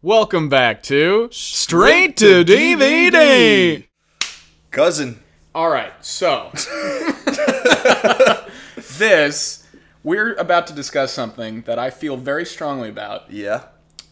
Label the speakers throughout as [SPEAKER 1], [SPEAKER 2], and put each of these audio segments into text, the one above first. [SPEAKER 1] Welcome back to Straight to DVD.
[SPEAKER 2] Cousin.
[SPEAKER 1] All right, so this we're about to discuss something that I feel very strongly about,
[SPEAKER 2] Yeah.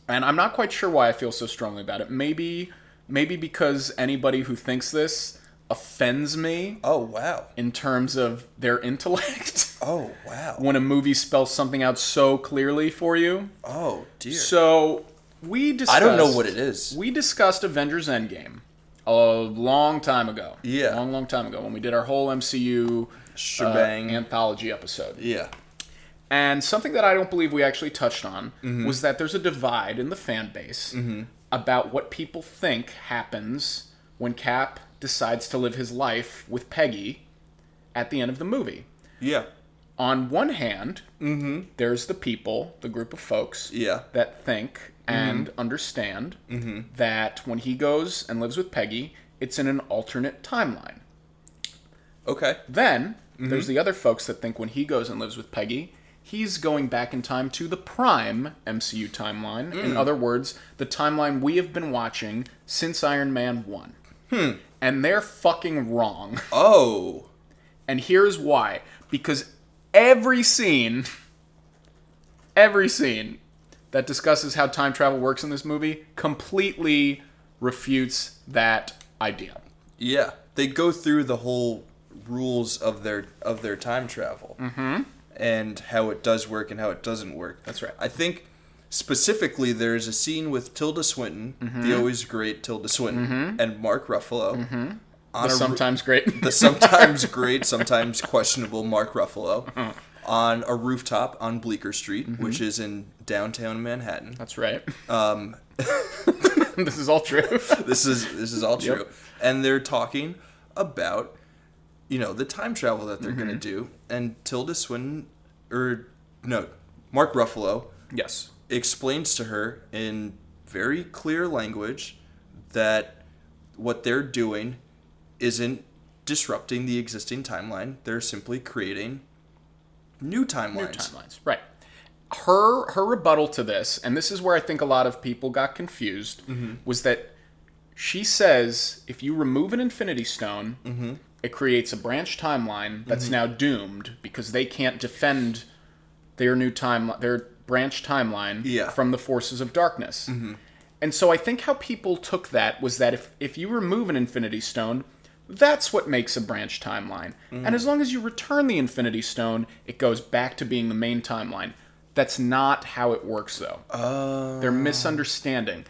[SPEAKER 1] and I'm not quite sure why I feel so strongly about it. Maybe maybe because anybody who thinks this offends me
[SPEAKER 2] Oh wow.
[SPEAKER 1] in terms of their intellect
[SPEAKER 2] Oh wow.
[SPEAKER 1] when a movie spells something out so clearly for you.
[SPEAKER 2] Oh dear.
[SPEAKER 1] So we discussed
[SPEAKER 2] I don't know what it is.
[SPEAKER 1] We discussed Avengers Endgame a long time ago.
[SPEAKER 2] Yeah.
[SPEAKER 1] Long, long time ago when we did our whole MCU uh,
[SPEAKER 2] Shebang.
[SPEAKER 1] anthology episode.
[SPEAKER 2] yeah.
[SPEAKER 1] And something that I don't believe we actually touched on
[SPEAKER 2] Mm-hmm.
[SPEAKER 1] was that there's a divide in the fan base about what people think happens when Cap decides to live his life with Peggy at the end of the movie.
[SPEAKER 2] Yeah.
[SPEAKER 1] On one hand,
[SPEAKER 2] Mm-hmm.
[SPEAKER 1] there's the people, the group of folks
[SPEAKER 2] Yeah.
[SPEAKER 1] that think and understand that when he goes and lives with Peggy, it's in an alternate timeline.
[SPEAKER 2] Okay.
[SPEAKER 1] Then there's the other folks that think when he goes and lives with Peggy, he's going back in time to the prime MCU timeline. In other words, the timeline we have been watching since Iron Man 1. And they're fucking wrong.
[SPEAKER 2] Oh.
[SPEAKER 1] And here's why. Because every scene, every scene that discusses how time travel works in this movie completely refutes that idea.
[SPEAKER 2] Yeah. They go through the whole rules of their of their time travel. Mm-hmm. And how it does work and how it doesn't work.
[SPEAKER 1] That's right.
[SPEAKER 2] I think specifically there is a scene with Tilda Swinton, the always great Tilda Swinton, and Mark Ruffalo. On
[SPEAKER 1] The
[SPEAKER 2] a ru-
[SPEAKER 1] sometimes great.
[SPEAKER 2] the sometimes great, sometimes questionable Mark Ruffalo on a rooftop on Bleecker Street, which is in downtown Manhattan.
[SPEAKER 1] That's right. Um. this is all true.
[SPEAKER 2] This is this is all true. And they're talking about you know the time travel that they're going to do and Tilda Swinton or no, Mark Ruffalo
[SPEAKER 1] yes.
[SPEAKER 2] explains to her in very clear language that what they're doing isn't disrupting the existing timeline. They're simply creating new timelines.
[SPEAKER 1] Timelines. Right. Her her rebuttal to this, and this is where I think a lot of people got confused,
[SPEAKER 2] Mm-hmm.
[SPEAKER 1] was that she says if you remove an Infinity Stone, it creates a branch timeline that's now doomed because they can't defend their new time their branch timeline
[SPEAKER 2] Yeah.
[SPEAKER 1] from the forces of darkness. And so I think how people took that was that if, if you remove an Infinity Stone, that's what makes a branch timeline. And as long as you return the Infinity Stone, it goes back to being the main timeline. That's not how it works, though. They're misunderstanding.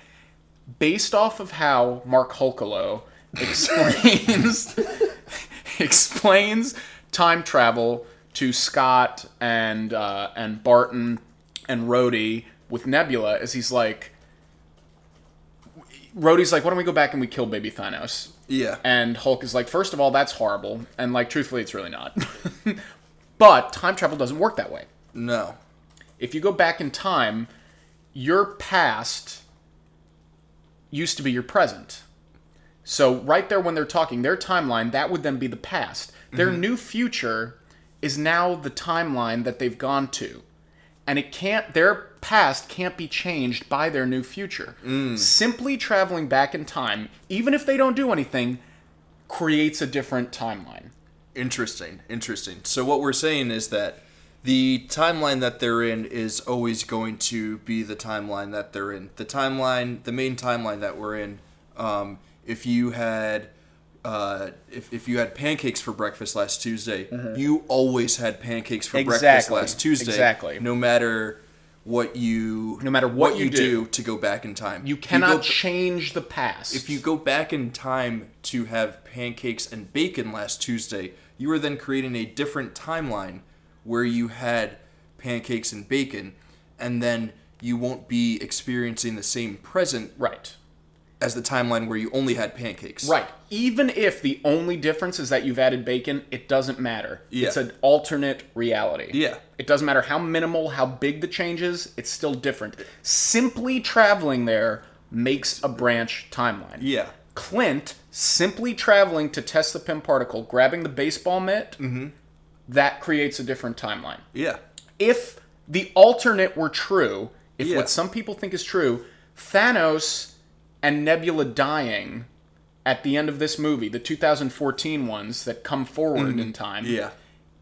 [SPEAKER 1] Based off of how Mark Hulkalo explains explains time travel to Scott and uh, and Barton and Rhodey with Nebula, is he's like, Rhodey's like, why don't we go back and we kill baby Thanos?
[SPEAKER 2] Yeah.
[SPEAKER 1] And Hulk is like, first of all, that's horrible. And like, truthfully, it's really not. but time travel doesn't work that way.
[SPEAKER 2] no.
[SPEAKER 1] If you go back in time, your past used to be your present. So right there when they're talking, their timeline, that would then be the past. Their
[SPEAKER 2] Mm-hmm.
[SPEAKER 1] new future is now the timeline that they've gone to. And it can't their past can't be changed by their new future.
[SPEAKER 2] Mm.
[SPEAKER 1] Simply traveling back in time, even if they don't do anything, creates a different timeline.
[SPEAKER 2] Interesting. Interesting. So what we're saying is that the timeline that they're in is always going to be the timeline that they're in. The timeline, the main timeline that we're in. Um, if you had, uh, if, if you had pancakes for breakfast last Tuesday, you always had pancakes for breakfast
[SPEAKER 1] Mm-hmm. Exactly,
[SPEAKER 2] last Tuesday.
[SPEAKER 1] exactly.
[SPEAKER 2] No matter what you,
[SPEAKER 1] No matter what you do.
[SPEAKER 2] to go back in time,
[SPEAKER 1] You
[SPEAKER 2] go
[SPEAKER 1] cannot
[SPEAKER 2] b-
[SPEAKER 1] change the past.
[SPEAKER 2] if you go back in time to have pancakes and bacon last Tuesday, you are then creating a different timeline where you had pancakes and bacon, and then you won't be experiencing the same present
[SPEAKER 1] right.
[SPEAKER 2] as the timeline where you only had pancakes.
[SPEAKER 1] Right. Even if the only difference is that you've added bacon, it doesn't matter.
[SPEAKER 2] Yeah.
[SPEAKER 1] It's an alternate reality.
[SPEAKER 2] Yeah.
[SPEAKER 1] It doesn't matter how minimal, how big the change is, it's still different. Simply traveling there makes a branch timeline.
[SPEAKER 2] Yeah.
[SPEAKER 1] Clint simply traveling to test the pin particle, grabbing the baseball mitt,
[SPEAKER 2] Mm-hmm.
[SPEAKER 1] that creates a different timeline
[SPEAKER 2] Yeah.
[SPEAKER 1] if the alternate were true, if
[SPEAKER 2] Yeah.
[SPEAKER 1] what some people think is true, Thanos and Nebula dying at the end of this movie, the 2014 ones that come forward in time.
[SPEAKER 2] Mm-hmm. Yeah.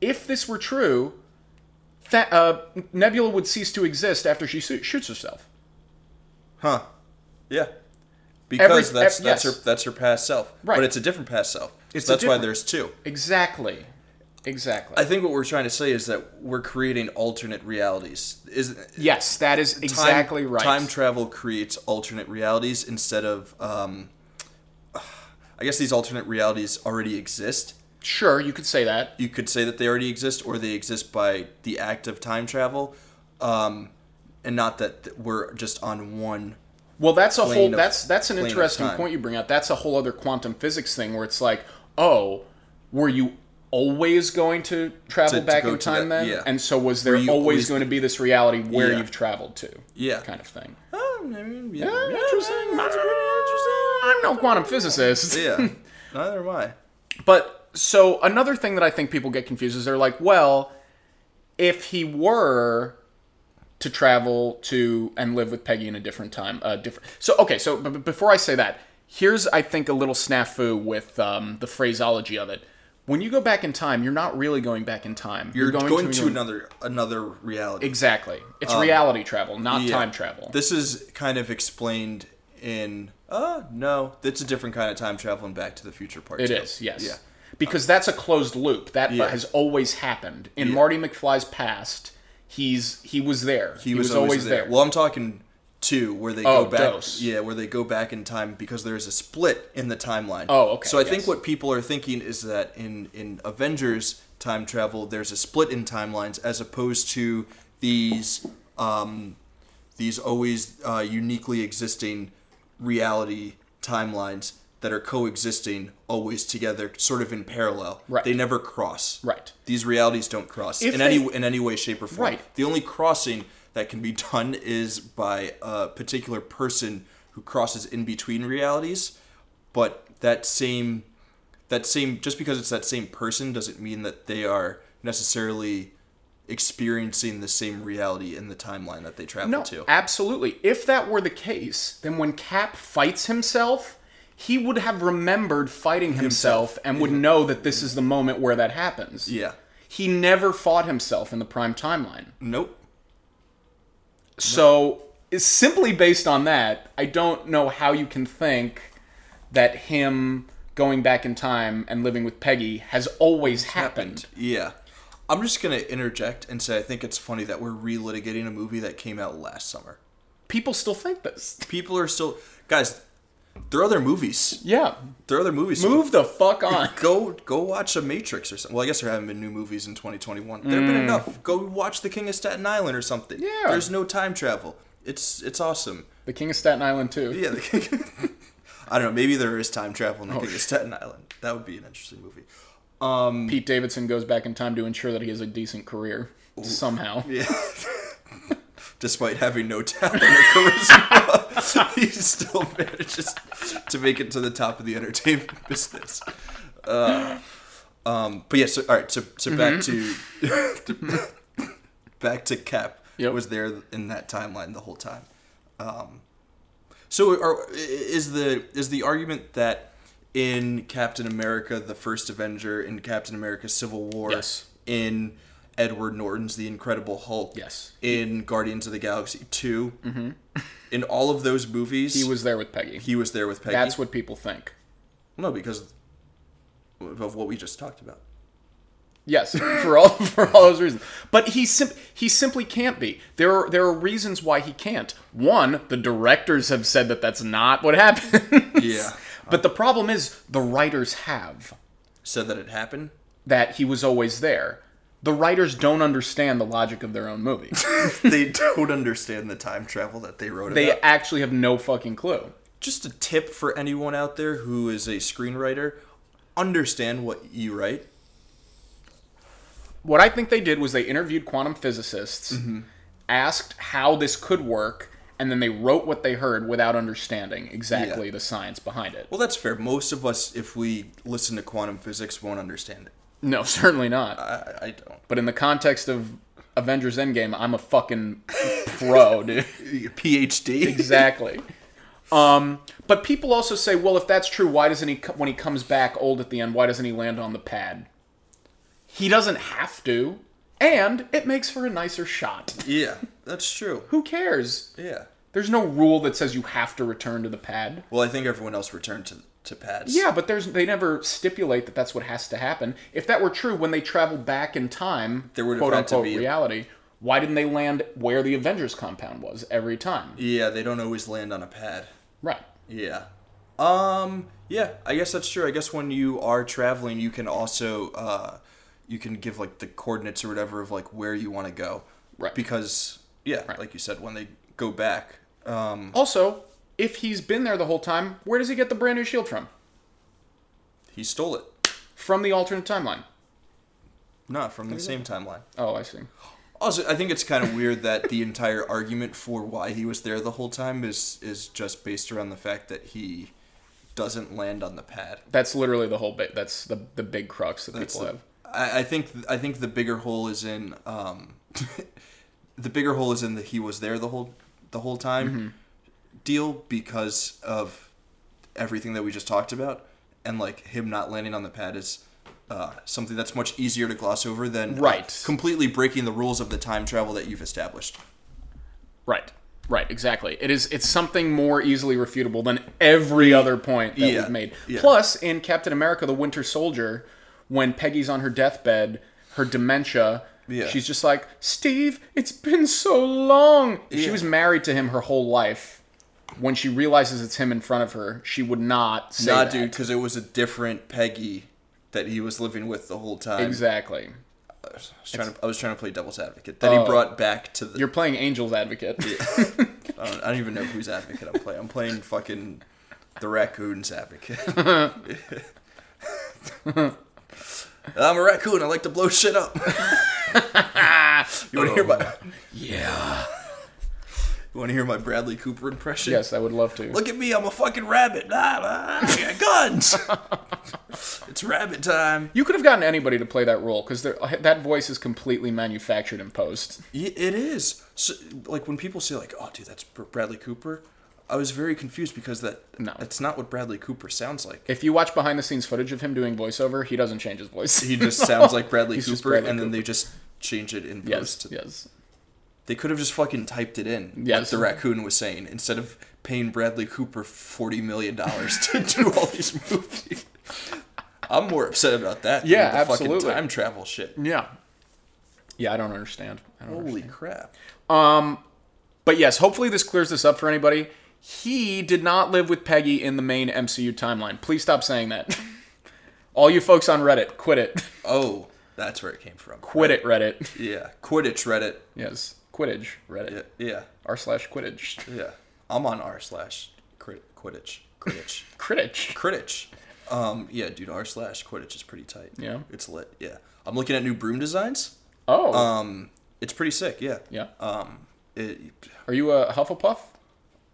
[SPEAKER 1] If this were true, Tha- uh, Nebula would cease to exist after she su- shoots herself.
[SPEAKER 2] Huh. Yeah. Because
[SPEAKER 1] ev-
[SPEAKER 2] that's that's
[SPEAKER 1] yes.
[SPEAKER 2] her that's her past self.
[SPEAKER 1] Right.
[SPEAKER 2] But it's a different past self.
[SPEAKER 1] It's
[SPEAKER 2] so
[SPEAKER 1] a
[SPEAKER 2] that's why
[SPEAKER 1] different-
[SPEAKER 2] there's two.
[SPEAKER 1] Exactly. Exactly.
[SPEAKER 2] I think what we're trying to say is that we're creating alternate realities. Is
[SPEAKER 1] yes, that is
[SPEAKER 2] time-
[SPEAKER 1] exactly right.
[SPEAKER 2] Time travel creates alternate realities instead of um I guess these alternate realities already exist.
[SPEAKER 1] sure, you could say that.
[SPEAKER 2] You could say that they already exist or they exist by the act of time travel. Um and not that th- we're just on one
[SPEAKER 1] Well, that's a whole
[SPEAKER 2] of-
[SPEAKER 1] that's that's an
[SPEAKER 2] plane of
[SPEAKER 1] interesting
[SPEAKER 2] time.
[SPEAKER 1] point you bring up. That's a whole other quantum physics thing where it's like, "Oh, were you always going to travel
[SPEAKER 2] To- to
[SPEAKER 1] back
[SPEAKER 2] go
[SPEAKER 1] in
[SPEAKER 2] to
[SPEAKER 1] time
[SPEAKER 2] that-
[SPEAKER 1] then?"
[SPEAKER 2] yeah.
[SPEAKER 1] And so was there
[SPEAKER 2] Were
[SPEAKER 1] always,
[SPEAKER 2] you always-
[SPEAKER 1] going to be this reality where
[SPEAKER 2] Yeah.
[SPEAKER 1] you've traveled to?
[SPEAKER 2] Yeah.
[SPEAKER 1] Kind of thing.
[SPEAKER 2] Oh, I mean, yeah,
[SPEAKER 1] Yeah,
[SPEAKER 2] yeah,
[SPEAKER 1] interesting.
[SPEAKER 2] that's pretty interesting.
[SPEAKER 1] I'm no quantum physicist.
[SPEAKER 2] yeah, neither am I.
[SPEAKER 1] But so another thing that I think people get confused is they're like, well, if he were to travel to and live with Peggy in a different time, uh, different. So okay, so b- b- before I say that, here's I think a little snafu with um, the phraseology of it. When you go back in time, you're not really going back in time.
[SPEAKER 2] You're going, to,
[SPEAKER 1] your-
[SPEAKER 2] another another reality.
[SPEAKER 1] exactly. It's reality travel, not
[SPEAKER 2] Yeah.
[SPEAKER 1] time travel.
[SPEAKER 2] This is kind of explained in. Uh, no, it's a different kind of time travel and Back to the Future part.
[SPEAKER 1] It
[SPEAKER 2] too.
[SPEAKER 1] is, yes. Uh,
[SPEAKER 2] Yeah.
[SPEAKER 1] Because that's a closed loop. That
[SPEAKER 2] Yeah.
[SPEAKER 1] has always happened. In Marty McFly's past, he's he was there. He, was, always, there.
[SPEAKER 2] Well, I'm talking two where they
[SPEAKER 1] Oh,
[SPEAKER 2] go back.
[SPEAKER 1] dose.
[SPEAKER 2] Yeah, where they go back in time because there is a split in the timeline.
[SPEAKER 1] Oh, okay,
[SPEAKER 2] So I
[SPEAKER 1] yes.
[SPEAKER 2] think what people are thinking is that in in Avengers time travel, there's a split in timelines as opposed to these um, these always uh, uniquely existing reality timelines that are coexisting always together, sort of in parallel.
[SPEAKER 1] Right.
[SPEAKER 2] They never cross.
[SPEAKER 1] Right.
[SPEAKER 2] These realities don't cross
[SPEAKER 1] If
[SPEAKER 2] in
[SPEAKER 1] they-
[SPEAKER 2] any in any way, shape, or form.
[SPEAKER 1] Right.
[SPEAKER 2] The only crossing that can be done is by a particular person who crosses in between realities, but that same that same just because it's that same person doesn't mean that they are necessarily experiencing the same reality in the timeline that they travel
[SPEAKER 1] no,
[SPEAKER 2] to.
[SPEAKER 1] absolutely. If that were the case, then when Cap fights himself, he would have remembered fighting himself, and would know that this is the moment where that happens.
[SPEAKER 2] yeah.
[SPEAKER 1] He never fought himself in the prime timeline.
[SPEAKER 2] Nope.
[SPEAKER 1] So, is- simply based on that, I don't know how you can think that him going back in time and living with Peggy has always happened.
[SPEAKER 2] Yeah. I'm just going to interject and say I think it's funny that we're relitigating a movie that came out last summer.
[SPEAKER 1] People still think this.
[SPEAKER 2] People are still guys, there are other movies.
[SPEAKER 1] Yeah.
[SPEAKER 2] There are other movies.
[SPEAKER 1] Move the fuck on.
[SPEAKER 2] Go go watch a Matrix or something. Well, I guess there haven't been new movies in 2021. There have been enough. Go watch The King of Staten Island or something.
[SPEAKER 1] Mm. Yeah.
[SPEAKER 2] There's no time travel. It's it's awesome.
[SPEAKER 1] The King of Staten Island too.
[SPEAKER 2] Yeah, the King. I don't know. Maybe there is time travel
[SPEAKER 1] Oh.
[SPEAKER 2] in The King of Staten Island. That would be an interesting movie.
[SPEAKER 1] Pete Davidson goes back in time to ensure that he has a decent career somehow.
[SPEAKER 2] Yeah. Despite having no talent or charisma, he still manages to make it to the top of the entertainment business. Uh, um, but yeah, so all right, so, so back to, to- back to Cap
[SPEAKER 1] Mm-hmm. Yep.
[SPEAKER 2] was there in that timeline the whole time. Um, so are, is the is the argument that in Captain America: The First Avenger, in Captain America: Civil War,
[SPEAKER 1] Yes.
[SPEAKER 2] in Edward Norton's The Incredible Hulk,
[SPEAKER 1] Yes. Mm-hmm.
[SPEAKER 2] in Guardians of the Galaxy 2 in all of those movies,
[SPEAKER 1] He was there with Peggy.
[SPEAKER 2] he was there with Peggy.
[SPEAKER 1] That's what people think.
[SPEAKER 2] no, because of what we just talked about.
[SPEAKER 1] Yes, for all for all those reasons. But he sim- he simply can't be. There are there are reasons why he can't. One, the directors have said that that's not what happened.
[SPEAKER 2] Yeah,
[SPEAKER 1] but the problem is the writers have
[SPEAKER 2] said that it happened.
[SPEAKER 1] that he was always there. The writers don't understand the logic of their own movie.
[SPEAKER 2] they don't understand the time travel that they wrote
[SPEAKER 1] They
[SPEAKER 2] about.
[SPEAKER 1] actually have no fucking clue.
[SPEAKER 2] Just a tip for anyone out there who is a screenwriter: understand what you write.
[SPEAKER 1] what I think they did was they interviewed quantum physicists,
[SPEAKER 2] Mm-hmm.
[SPEAKER 1] asked how this could work, and then they wrote what they heard without understanding exactly
[SPEAKER 2] Yeah.
[SPEAKER 1] the science behind it.
[SPEAKER 2] Well, that's fair. Most of us, if we listen to quantum physics, won't understand it.
[SPEAKER 1] No, certainly not.
[SPEAKER 2] I, I don't.
[SPEAKER 1] But in the context of Avengers Endgame, I'm a fucking pro, dude.
[SPEAKER 2] Your PhD.
[SPEAKER 1] Exactly. Um, but people also say, well, if that's true, why doesn't he co- when he comes back old at the end? Why doesn't he land on the pad? He doesn't have to, and it makes for a nicer shot.
[SPEAKER 2] Yeah, that's true.
[SPEAKER 1] Who cares?
[SPEAKER 2] Yeah.
[SPEAKER 1] There's no rule that says you have to return to the pad.
[SPEAKER 2] Well, I think everyone else returned to to pads.
[SPEAKER 1] Yeah, but there's they never stipulate that that's what has to happen. If that were true, when they traveled back in time,
[SPEAKER 2] There would have
[SPEAKER 1] quote
[SPEAKER 2] had to
[SPEAKER 1] unquote
[SPEAKER 2] be-
[SPEAKER 1] reality. Why didn't they land where the Avengers compound was every time?
[SPEAKER 2] Yeah, they don't always land on a pad.
[SPEAKER 1] Right.
[SPEAKER 2] Yeah. Um. Yeah, I guess that's true. I guess when you are traveling, you can also uh, you can give like the coordinates or whatever of like where you want to go.
[SPEAKER 1] Right.
[SPEAKER 2] Because yeah, like you said, when they go back, um,
[SPEAKER 1] Also, if he's been there the whole time, where does he get the brand new shield from?
[SPEAKER 2] he stole it.
[SPEAKER 1] From the alternate timeline.
[SPEAKER 2] Not from the same timeline.
[SPEAKER 1] Oh, I see.
[SPEAKER 2] Also, I think it's kind of weird that the entire argument for why he was there the whole time is is just based around the fact that he doesn't land on the pad.
[SPEAKER 1] That's literally the whole bit. That's the the big crux that
[SPEAKER 2] That's
[SPEAKER 1] people
[SPEAKER 2] the-
[SPEAKER 1] have.
[SPEAKER 2] I, I think I think the bigger hole is in um, the bigger hole is in that he was there the whole the whole time
[SPEAKER 1] Mm-hmm.
[SPEAKER 2] deal because of everything that we just talked about and like him not landing on the pad is uh, something that's much easier to gloss over than uh,
[SPEAKER 1] Right.
[SPEAKER 2] completely breaking the rules of the time travel that you've established.
[SPEAKER 1] Right. Right, exactly. It is it's something more easily refutable than every other point that
[SPEAKER 2] Yeah,
[SPEAKER 1] we've made.
[SPEAKER 2] yeah.
[SPEAKER 1] Plus, in Captain America the Winter Soldier, when Peggy's on her deathbed, her dementia,
[SPEAKER 2] Yeah.
[SPEAKER 1] she's just like, Steve, it's been so long. If She
[SPEAKER 2] Yeah.
[SPEAKER 1] was married to him her whole life. When she realizes it's him in front of her, she would not say
[SPEAKER 2] Nah,
[SPEAKER 1] that.
[SPEAKER 2] dude, because it was a different Peggy that he was living with the whole time.
[SPEAKER 1] Exactly.
[SPEAKER 2] I was trying to, I was trying to play devil's advocate that
[SPEAKER 1] Oh.
[SPEAKER 2] he brought back to the
[SPEAKER 1] You're playing Angel's Advocate.
[SPEAKER 2] I don't, I don't even know whose advocate I'm playing. I'm playing fucking the raccoon's advocate. I'm a raccoon. I like to blow shit up. you want to hear my?
[SPEAKER 1] Oh, Yeah.
[SPEAKER 2] You want to hear my Bradley Cooper impression?
[SPEAKER 1] Yes, I would love to.
[SPEAKER 2] Look at me. I'm a fucking rabbit. Ah, ah, I got guns. it's rabbit time.
[SPEAKER 1] You could have gotten anybody to play that role because that voice is completely manufactured in post.
[SPEAKER 2] Y- It is. So, like when people say like, "Oh, dude, that's Br- Bradley Cooper," I was very confused because that
[SPEAKER 1] No.
[SPEAKER 2] that's not what Bradley Cooper sounds like.
[SPEAKER 1] If you watch behind the scenes footage of him doing voiceover, he doesn't change his voice.
[SPEAKER 2] he just sounds like Bradley
[SPEAKER 1] He's
[SPEAKER 2] Cooper,
[SPEAKER 1] just Bradley
[SPEAKER 2] and then they just change it in
[SPEAKER 1] yes,
[SPEAKER 2] post.
[SPEAKER 1] yes.
[SPEAKER 2] They could have just fucking typed it in,
[SPEAKER 1] Yes.
[SPEAKER 2] like the raccoon was saying, instead of paying Bradley Cooper forty million dollars to do all these movies. I'm more upset about that. than
[SPEAKER 1] Yeah,
[SPEAKER 2] the
[SPEAKER 1] absolutely.
[SPEAKER 2] Fucking time travel shit.
[SPEAKER 1] Yeah. Yeah, I don't understand. I don't
[SPEAKER 2] Holy
[SPEAKER 1] understand.
[SPEAKER 2] crap!
[SPEAKER 1] But yes, hopefully this clears this up for anybody. He did not live with Peggy in the main MCU timeline. Please stop saying that. All you folks on Reddit, quit it.
[SPEAKER 2] Oh, that's where it came from.
[SPEAKER 1] Quit it, Reddit.
[SPEAKER 2] Yeah, Quidditch Reddit.
[SPEAKER 1] Yes. Quidditch, Reddit.
[SPEAKER 2] Yeah, yeah,
[SPEAKER 1] R slash Quidditch.
[SPEAKER 2] yeah. I'm on r slash Quid- Quidditch. Quidditch.
[SPEAKER 1] Crittich.
[SPEAKER 2] Quidditch. Um, yeah, dude, r slash Quidditch is pretty tight.
[SPEAKER 1] Yeah.
[SPEAKER 2] It's lit. Yeah. I'm looking at new broom designs.
[SPEAKER 1] Oh.
[SPEAKER 2] Um, it's pretty sick. Yeah.
[SPEAKER 1] yeah.
[SPEAKER 2] Um, it,
[SPEAKER 1] Are you a Hufflepuff?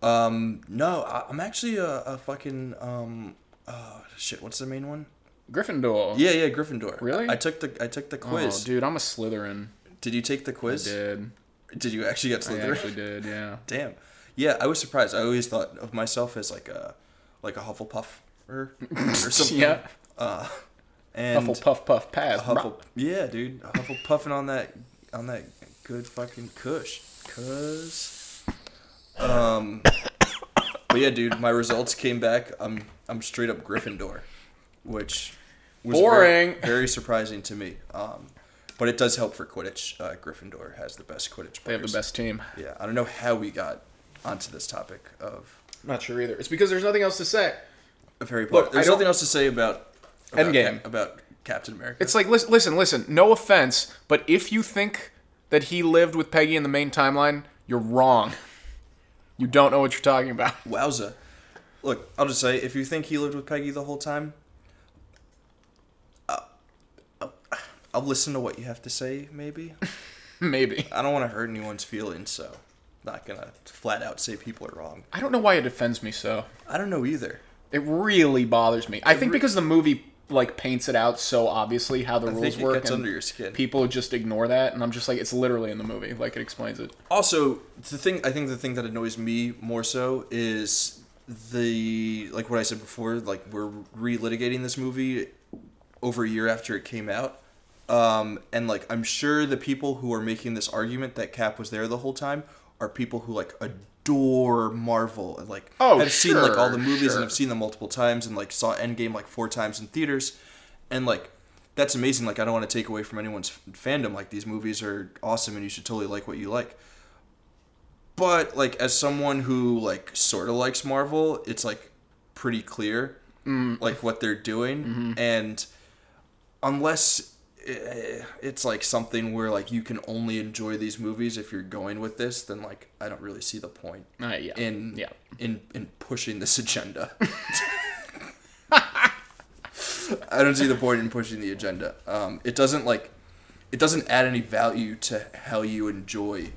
[SPEAKER 2] um, no, I, I'm actually a, a fucking um, oh shit, what's the main one?
[SPEAKER 1] Gryffindor.
[SPEAKER 2] Yeah, yeah, Gryffindor.
[SPEAKER 1] Really?
[SPEAKER 2] I took the I took the
[SPEAKER 1] Oh,
[SPEAKER 2] quiz.
[SPEAKER 1] dude, I'm a Slytherin.
[SPEAKER 2] did you take the quiz?
[SPEAKER 1] Did.
[SPEAKER 2] Did you actually get
[SPEAKER 1] I
[SPEAKER 2] Slytherin?
[SPEAKER 1] actually did, yeah.
[SPEAKER 2] Damn. Yeah, I was surprised. I always thought of myself as like a like a Hufflepuff or something.
[SPEAKER 1] Yeah.
[SPEAKER 2] Uh, and
[SPEAKER 1] Hufflepuff puff pass.
[SPEAKER 2] Huffle, yeah, dude, Huffle puffing on that on that good fucking Kush, cuz. Um, but yeah, dude, my results came back. I'm I'm straight up Gryffindor, which was very-
[SPEAKER 1] Boring.
[SPEAKER 2] Very, surprising to me. Um, but it does help for Quidditch. Uh, Gryffindor has the best Quidditch. Players.
[SPEAKER 1] They have the best team.
[SPEAKER 2] Yeah, I don't know how we got onto this topic of
[SPEAKER 1] Not sure either. It's because there's nothing else to say.
[SPEAKER 2] of Harry Potter.
[SPEAKER 1] I
[SPEAKER 2] There's
[SPEAKER 1] don't-
[SPEAKER 2] nothing else to say about, about
[SPEAKER 1] Endgame.
[SPEAKER 2] Cap- about Captain America.
[SPEAKER 1] It's like listen, listen, listen. No offense, but if you think that he lived with Peggy in the main timeline, you're wrong. You don't know what you're talking about.
[SPEAKER 2] Wowza. Look, I'll just say, if you think he lived with Peggy the whole time, uh, I'll, I'll listen to what you have to say, maybe.
[SPEAKER 1] Maybe.
[SPEAKER 2] I don't want to hurt anyone's feelings, so I'm not going to flat out say people are wrong.
[SPEAKER 1] I don't know why it offends me so.
[SPEAKER 2] I don't know either.
[SPEAKER 1] It really bothers me. I think because the movie like paints it out so obviously how the rules
[SPEAKER 2] think it
[SPEAKER 1] work.
[SPEAKER 2] gets
[SPEAKER 1] and
[SPEAKER 2] under your skin.
[SPEAKER 1] People just ignore that, and I'm just like, it's literally in the movie. Like it explains it.
[SPEAKER 2] also the thing i think the thing that annoys me more so is the like what i said before like we're relitigating this movie over a year after it came out um, and like i'm sure the people who are making this argument that cap was there the whole time are people who like adore marvel and like
[SPEAKER 1] Oh,
[SPEAKER 2] have seen like all the
[SPEAKER 1] sure,
[SPEAKER 2] movies
[SPEAKER 1] sure.
[SPEAKER 2] and have seen them multiple times and like saw endgame like four times in theaters and like that's amazing like i don't want to take away from anyone's f- fandom like these movies are awesome and you should totally like what you like but like as someone who like sort of likes marvel it's like pretty clear like what they're doing and unless eh, it's like something where like you can only enjoy these movies if you're going with this then like i don't really see the point
[SPEAKER 1] Uh, yeah.
[SPEAKER 2] in
[SPEAKER 1] yeah.
[SPEAKER 2] in in pushing this agenda i don't see the point in pushing the agenda um it doesn't like it doesn't add any value to how you enjoy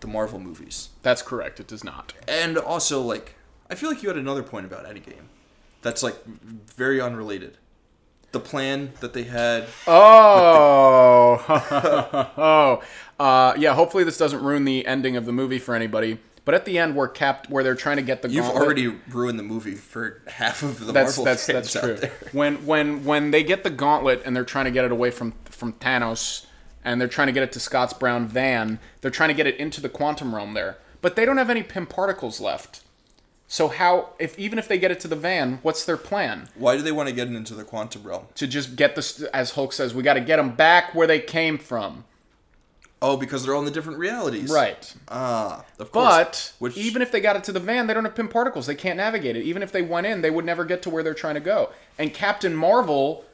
[SPEAKER 2] the marvel movies
[SPEAKER 1] That's correct. It does not.
[SPEAKER 2] and also, like, I feel like you had another point about Endgame that's, like, very unrelated. The plan that they had.
[SPEAKER 1] Oh, oh, uh, yeah. Hopefully, this doesn't ruin the ending of the movie for anybody. But at the end, where capped, where they're trying to get the
[SPEAKER 2] You've
[SPEAKER 1] gauntlet-
[SPEAKER 2] already ruined the movie for half of the
[SPEAKER 1] that's
[SPEAKER 2] Marvel
[SPEAKER 1] that's
[SPEAKER 2] fans
[SPEAKER 1] that's
[SPEAKER 2] out
[SPEAKER 1] true.
[SPEAKER 2] there.
[SPEAKER 1] When when when they get the gauntlet and they're trying to get it away from from Thanos, and they're trying to get it to Scott's brown van, they're trying to get it into the quantum realm there, but they don't have any pim particles left. So how if even if they get it to the van, what's their plan?
[SPEAKER 2] Why do they want to get into the quantum realm?
[SPEAKER 1] To just get this, as Hulk says, we got to get them back where they came from.
[SPEAKER 2] Oh, because they're all in the different realities.
[SPEAKER 1] Right.
[SPEAKER 2] Ah, of course.
[SPEAKER 1] But
[SPEAKER 2] Which-
[SPEAKER 1] even if they got it to the van, they don't have pin particles. They can't navigate it. Even if they went in, they would never get to where they're trying to go. And Captain Marvel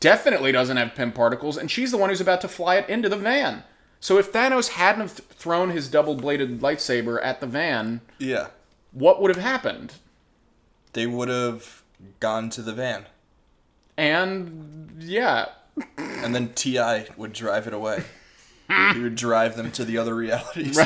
[SPEAKER 1] definitely doesn't have pin particles, and she's the one who's about to fly it into the van. So if Thanos hadn't have th- thrown his double-bladed lightsaber at the van,
[SPEAKER 2] Yeah.
[SPEAKER 1] what would have happened?
[SPEAKER 2] They would have gone to the van.
[SPEAKER 1] And yeah,
[SPEAKER 2] And then T.I. would drive it away. he would drive them to the other realities.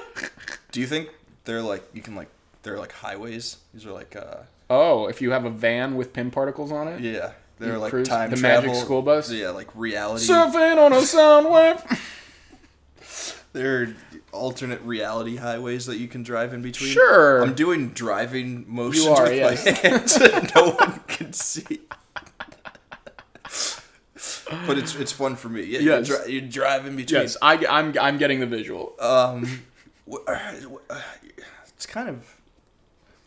[SPEAKER 2] Do you think they're like you can like they're like highways? These are like uh
[SPEAKER 1] oh, if you have a van with pin particles on it,
[SPEAKER 2] yeah, they're like
[SPEAKER 1] cruise-
[SPEAKER 2] time
[SPEAKER 1] the
[SPEAKER 2] travel.
[SPEAKER 1] Magic School Bus?
[SPEAKER 2] Yeah, like reality.
[SPEAKER 1] surfing on a sound wave.
[SPEAKER 2] they're alternate reality highways that you can drive in between.
[SPEAKER 1] Sure.
[SPEAKER 2] I'm doing driving motions
[SPEAKER 1] are,
[SPEAKER 2] with
[SPEAKER 1] yes.
[SPEAKER 2] my hands. no one can see. but it's it's fun for me. Yeah,
[SPEAKER 1] Yes.
[SPEAKER 2] you, dri- you drive in between.
[SPEAKER 1] yes, I, I'm I'm getting the visual.
[SPEAKER 2] Um, wh- uh, it's kind of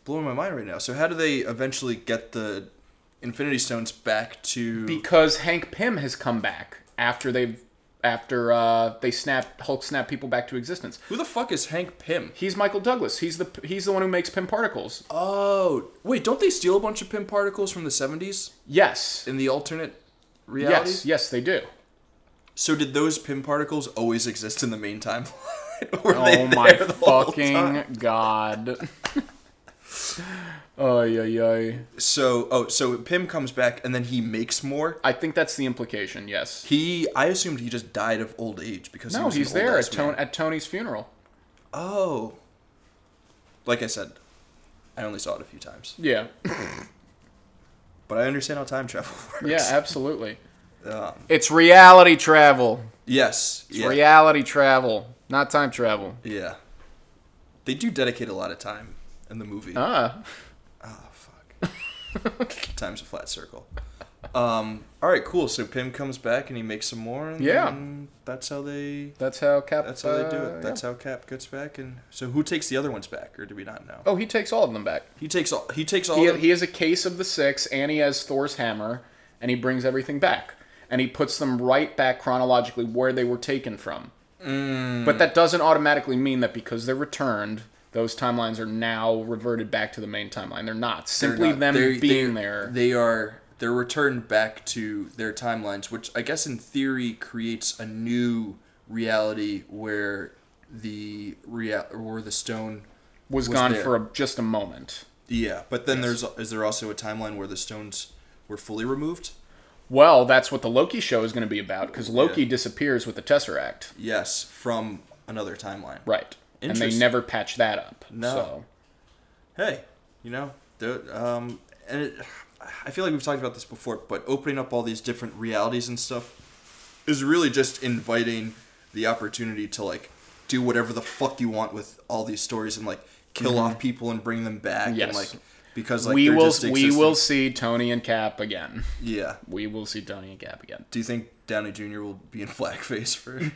[SPEAKER 2] blowing my mind right now. So how do they eventually get the Infinity Stones back to?
[SPEAKER 1] because Hank Pym has come back after they've after uh, they snap Hulk snap people back to existence.
[SPEAKER 2] Who the fuck is Hank Pym?
[SPEAKER 1] He's Michael Douglas. He's the he's the one who makes Pym particles.
[SPEAKER 2] Oh, wait, don't they steal a bunch of Pym particles from the seventies
[SPEAKER 1] Yes,
[SPEAKER 2] in the alternate reality?
[SPEAKER 1] yes, yes, they do.
[SPEAKER 2] So did those Pym particles always exist in the main timeline? Were
[SPEAKER 1] Oh my
[SPEAKER 2] there the whole time?
[SPEAKER 1] fucking god. Oh yeah, yeah.
[SPEAKER 2] So oh, so Pym comes back and then he makes more.
[SPEAKER 1] I think that's the implication. Yes.
[SPEAKER 2] He, I assumed he just died of old age because he
[SPEAKER 1] No,
[SPEAKER 2] was an
[SPEAKER 1] he's there
[SPEAKER 2] old-ass
[SPEAKER 1] at
[SPEAKER 2] man.
[SPEAKER 1] Ton- at Tony's funeral.
[SPEAKER 2] Oh. Like I said, I only saw it a few times.
[SPEAKER 1] Yeah,
[SPEAKER 2] But I understand how time travel works.
[SPEAKER 1] yeah, absolutely.
[SPEAKER 2] Um,
[SPEAKER 1] It's reality travel.
[SPEAKER 2] yes. Yeah.
[SPEAKER 1] Reality travel, not time travel.
[SPEAKER 2] yeah. They do dedicate a lot of time in the movie.
[SPEAKER 1] Ah,
[SPEAKER 2] Oh, fuck. Time's a flat circle. Um, all right, cool. So Pim comes back and he makes some more. And
[SPEAKER 1] Yeah.
[SPEAKER 2] then That's how they.
[SPEAKER 1] that's how Cap.
[SPEAKER 2] That's how they do
[SPEAKER 1] uh,
[SPEAKER 2] it. That's how Cap gets back, and so who takes the other ones back, or do we not know?
[SPEAKER 1] Oh, he takes all of them back.
[SPEAKER 2] He takes all. He takes all.
[SPEAKER 1] He,
[SPEAKER 2] of them.
[SPEAKER 1] he has a case of the six, and he has Thor's hammer, and he brings everything back. And he puts them right back chronologically where they were taken from.
[SPEAKER 2] Mm.
[SPEAKER 1] But that doesn't automatically mean that because they're returned, those timelines are now reverted back to the main timeline. They're not.
[SPEAKER 2] They're
[SPEAKER 1] Simply
[SPEAKER 2] not-
[SPEAKER 1] them
[SPEAKER 2] they're-
[SPEAKER 1] being
[SPEAKER 2] they're-
[SPEAKER 1] there.
[SPEAKER 2] They are they're returned back to their timelines, which I guess in theory creates a new reality where the real or the stone.
[SPEAKER 1] was,
[SPEAKER 2] was
[SPEAKER 1] gone
[SPEAKER 2] there.
[SPEAKER 1] for a, just a moment.
[SPEAKER 2] Yeah, but then there's is there also a timeline where the stones were fully removed?
[SPEAKER 1] Well, that's what the Loki show is going to be about because Loki
[SPEAKER 2] Yeah.
[SPEAKER 1] disappears with the Tesseract.
[SPEAKER 2] Yes, from another timeline.
[SPEAKER 1] Right. And they
[SPEAKER 2] Interesting.
[SPEAKER 1] never patch that up.
[SPEAKER 2] No.
[SPEAKER 1] So.
[SPEAKER 2] Hey, you know, the- um, and it, I feel like we've talked about this before, but opening up all these different realities and stuff is really just inviting the opportunity to like do whatever the fuck you want with all these stories and like kill off people and bring them back and
[SPEAKER 1] Mm-hmm. Yes.
[SPEAKER 2] like because like
[SPEAKER 1] we
[SPEAKER 2] they're
[SPEAKER 1] will
[SPEAKER 2] just
[SPEAKER 1] we will
[SPEAKER 2] existing.
[SPEAKER 1] see Tony and Cap again.
[SPEAKER 2] yeah.
[SPEAKER 1] We will see Tony and Cap again.
[SPEAKER 2] Do you think Downey Jr. will be in blackface for?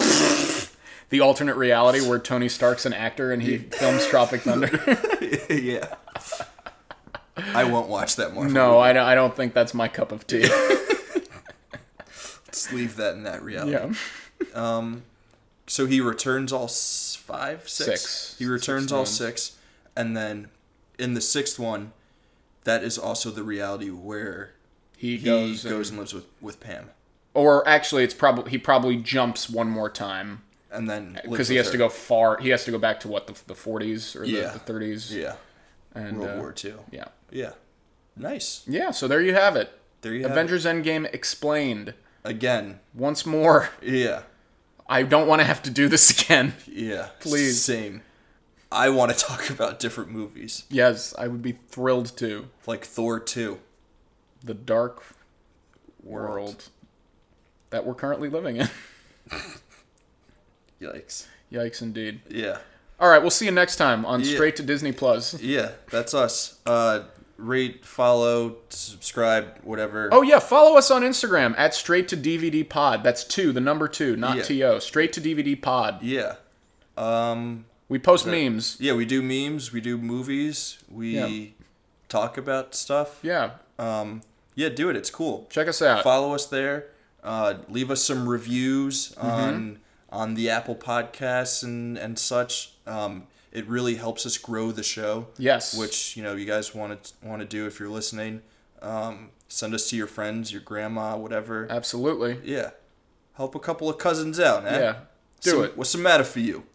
[SPEAKER 1] The alternate reality where Tony Stark's an actor and he films Tropic Thunder.
[SPEAKER 2] yeah. I won't watch that Marvel.
[SPEAKER 1] no, I, don't- I don't think that's my cup of tea.
[SPEAKER 2] Let's leave that in that reality.
[SPEAKER 1] yeah.
[SPEAKER 2] So he returns all s- five, six.
[SPEAKER 1] Six.
[SPEAKER 2] He returns
[SPEAKER 1] Six
[SPEAKER 2] all
[SPEAKER 1] times.
[SPEAKER 2] six, and then in the sixth one, that is also the reality where
[SPEAKER 1] He,
[SPEAKER 2] he
[SPEAKER 1] goes,
[SPEAKER 2] goes,
[SPEAKER 1] and-
[SPEAKER 2] and lives with with Pam,
[SPEAKER 1] or actually it's probably he probably jumps one more time
[SPEAKER 2] and then
[SPEAKER 1] because he has to go far. He has to go back to what the, the 40s or
[SPEAKER 2] Yeah.
[SPEAKER 1] the, the 30s.
[SPEAKER 2] Yeah,
[SPEAKER 1] and,
[SPEAKER 2] World
[SPEAKER 1] uh,
[SPEAKER 2] War Two.
[SPEAKER 1] Yeah.
[SPEAKER 2] Yeah, nice.
[SPEAKER 1] Yeah. So there you have it.
[SPEAKER 2] There you have it.
[SPEAKER 1] Avengers Endgame explained
[SPEAKER 2] again.
[SPEAKER 1] once more.
[SPEAKER 2] Yeah,
[SPEAKER 1] I don't want to have to do this again.
[SPEAKER 2] yeah.
[SPEAKER 1] Please.
[SPEAKER 2] same. I want to talk about different movies
[SPEAKER 1] Yes, I would be thrilled to.
[SPEAKER 2] like Thor Two.
[SPEAKER 1] The dark world that we're currently living in.
[SPEAKER 2] Yikes.
[SPEAKER 1] Yikes, indeed.
[SPEAKER 2] Yeah.
[SPEAKER 1] All right, we'll see you next time on
[SPEAKER 2] Yeah.
[SPEAKER 1] Straight to Disney Plus.
[SPEAKER 2] Yeah, that's us. Uh, rate, follow, subscribe, whatever.
[SPEAKER 1] Oh yeah, follow us on Instagram at Straight to DVD Pod. That's two, the number two, not
[SPEAKER 2] Yeah.
[SPEAKER 1] to. Straight to DVD Pod.
[SPEAKER 2] Yeah. Um,
[SPEAKER 1] We post memes.
[SPEAKER 2] yeah, we do memes, we do movies, we
[SPEAKER 1] Yeah.
[SPEAKER 2] talk about stuff.
[SPEAKER 1] Yeah,
[SPEAKER 2] Um, yeah, do it. It's cool.
[SPEAKER 1] check us out.
[SPEAKER 2] Follow us there. Uh, leave us some reviews
[SPEAKER 1] Mm-hmm.
[SPEAKER 2] on on the Apple Podcasts and and such. Um, it really helps us grow the show.
[SPEAKER 1] yes,
[SPEAKER 2] Which you know you guys want to want to do if you're listening. Um, send us to your friends, your grandma, whatever.
[SPEAKER 1] Uh, absolutely.
[SPEAKER 2] Yeah. Help a couple of cousins out, eh?
[SPEAKER 1] Yeah, do
[SPEAKER 2] Some-
[SPEAKER 1] it.
[SPEAKER 2] What's the matter for you?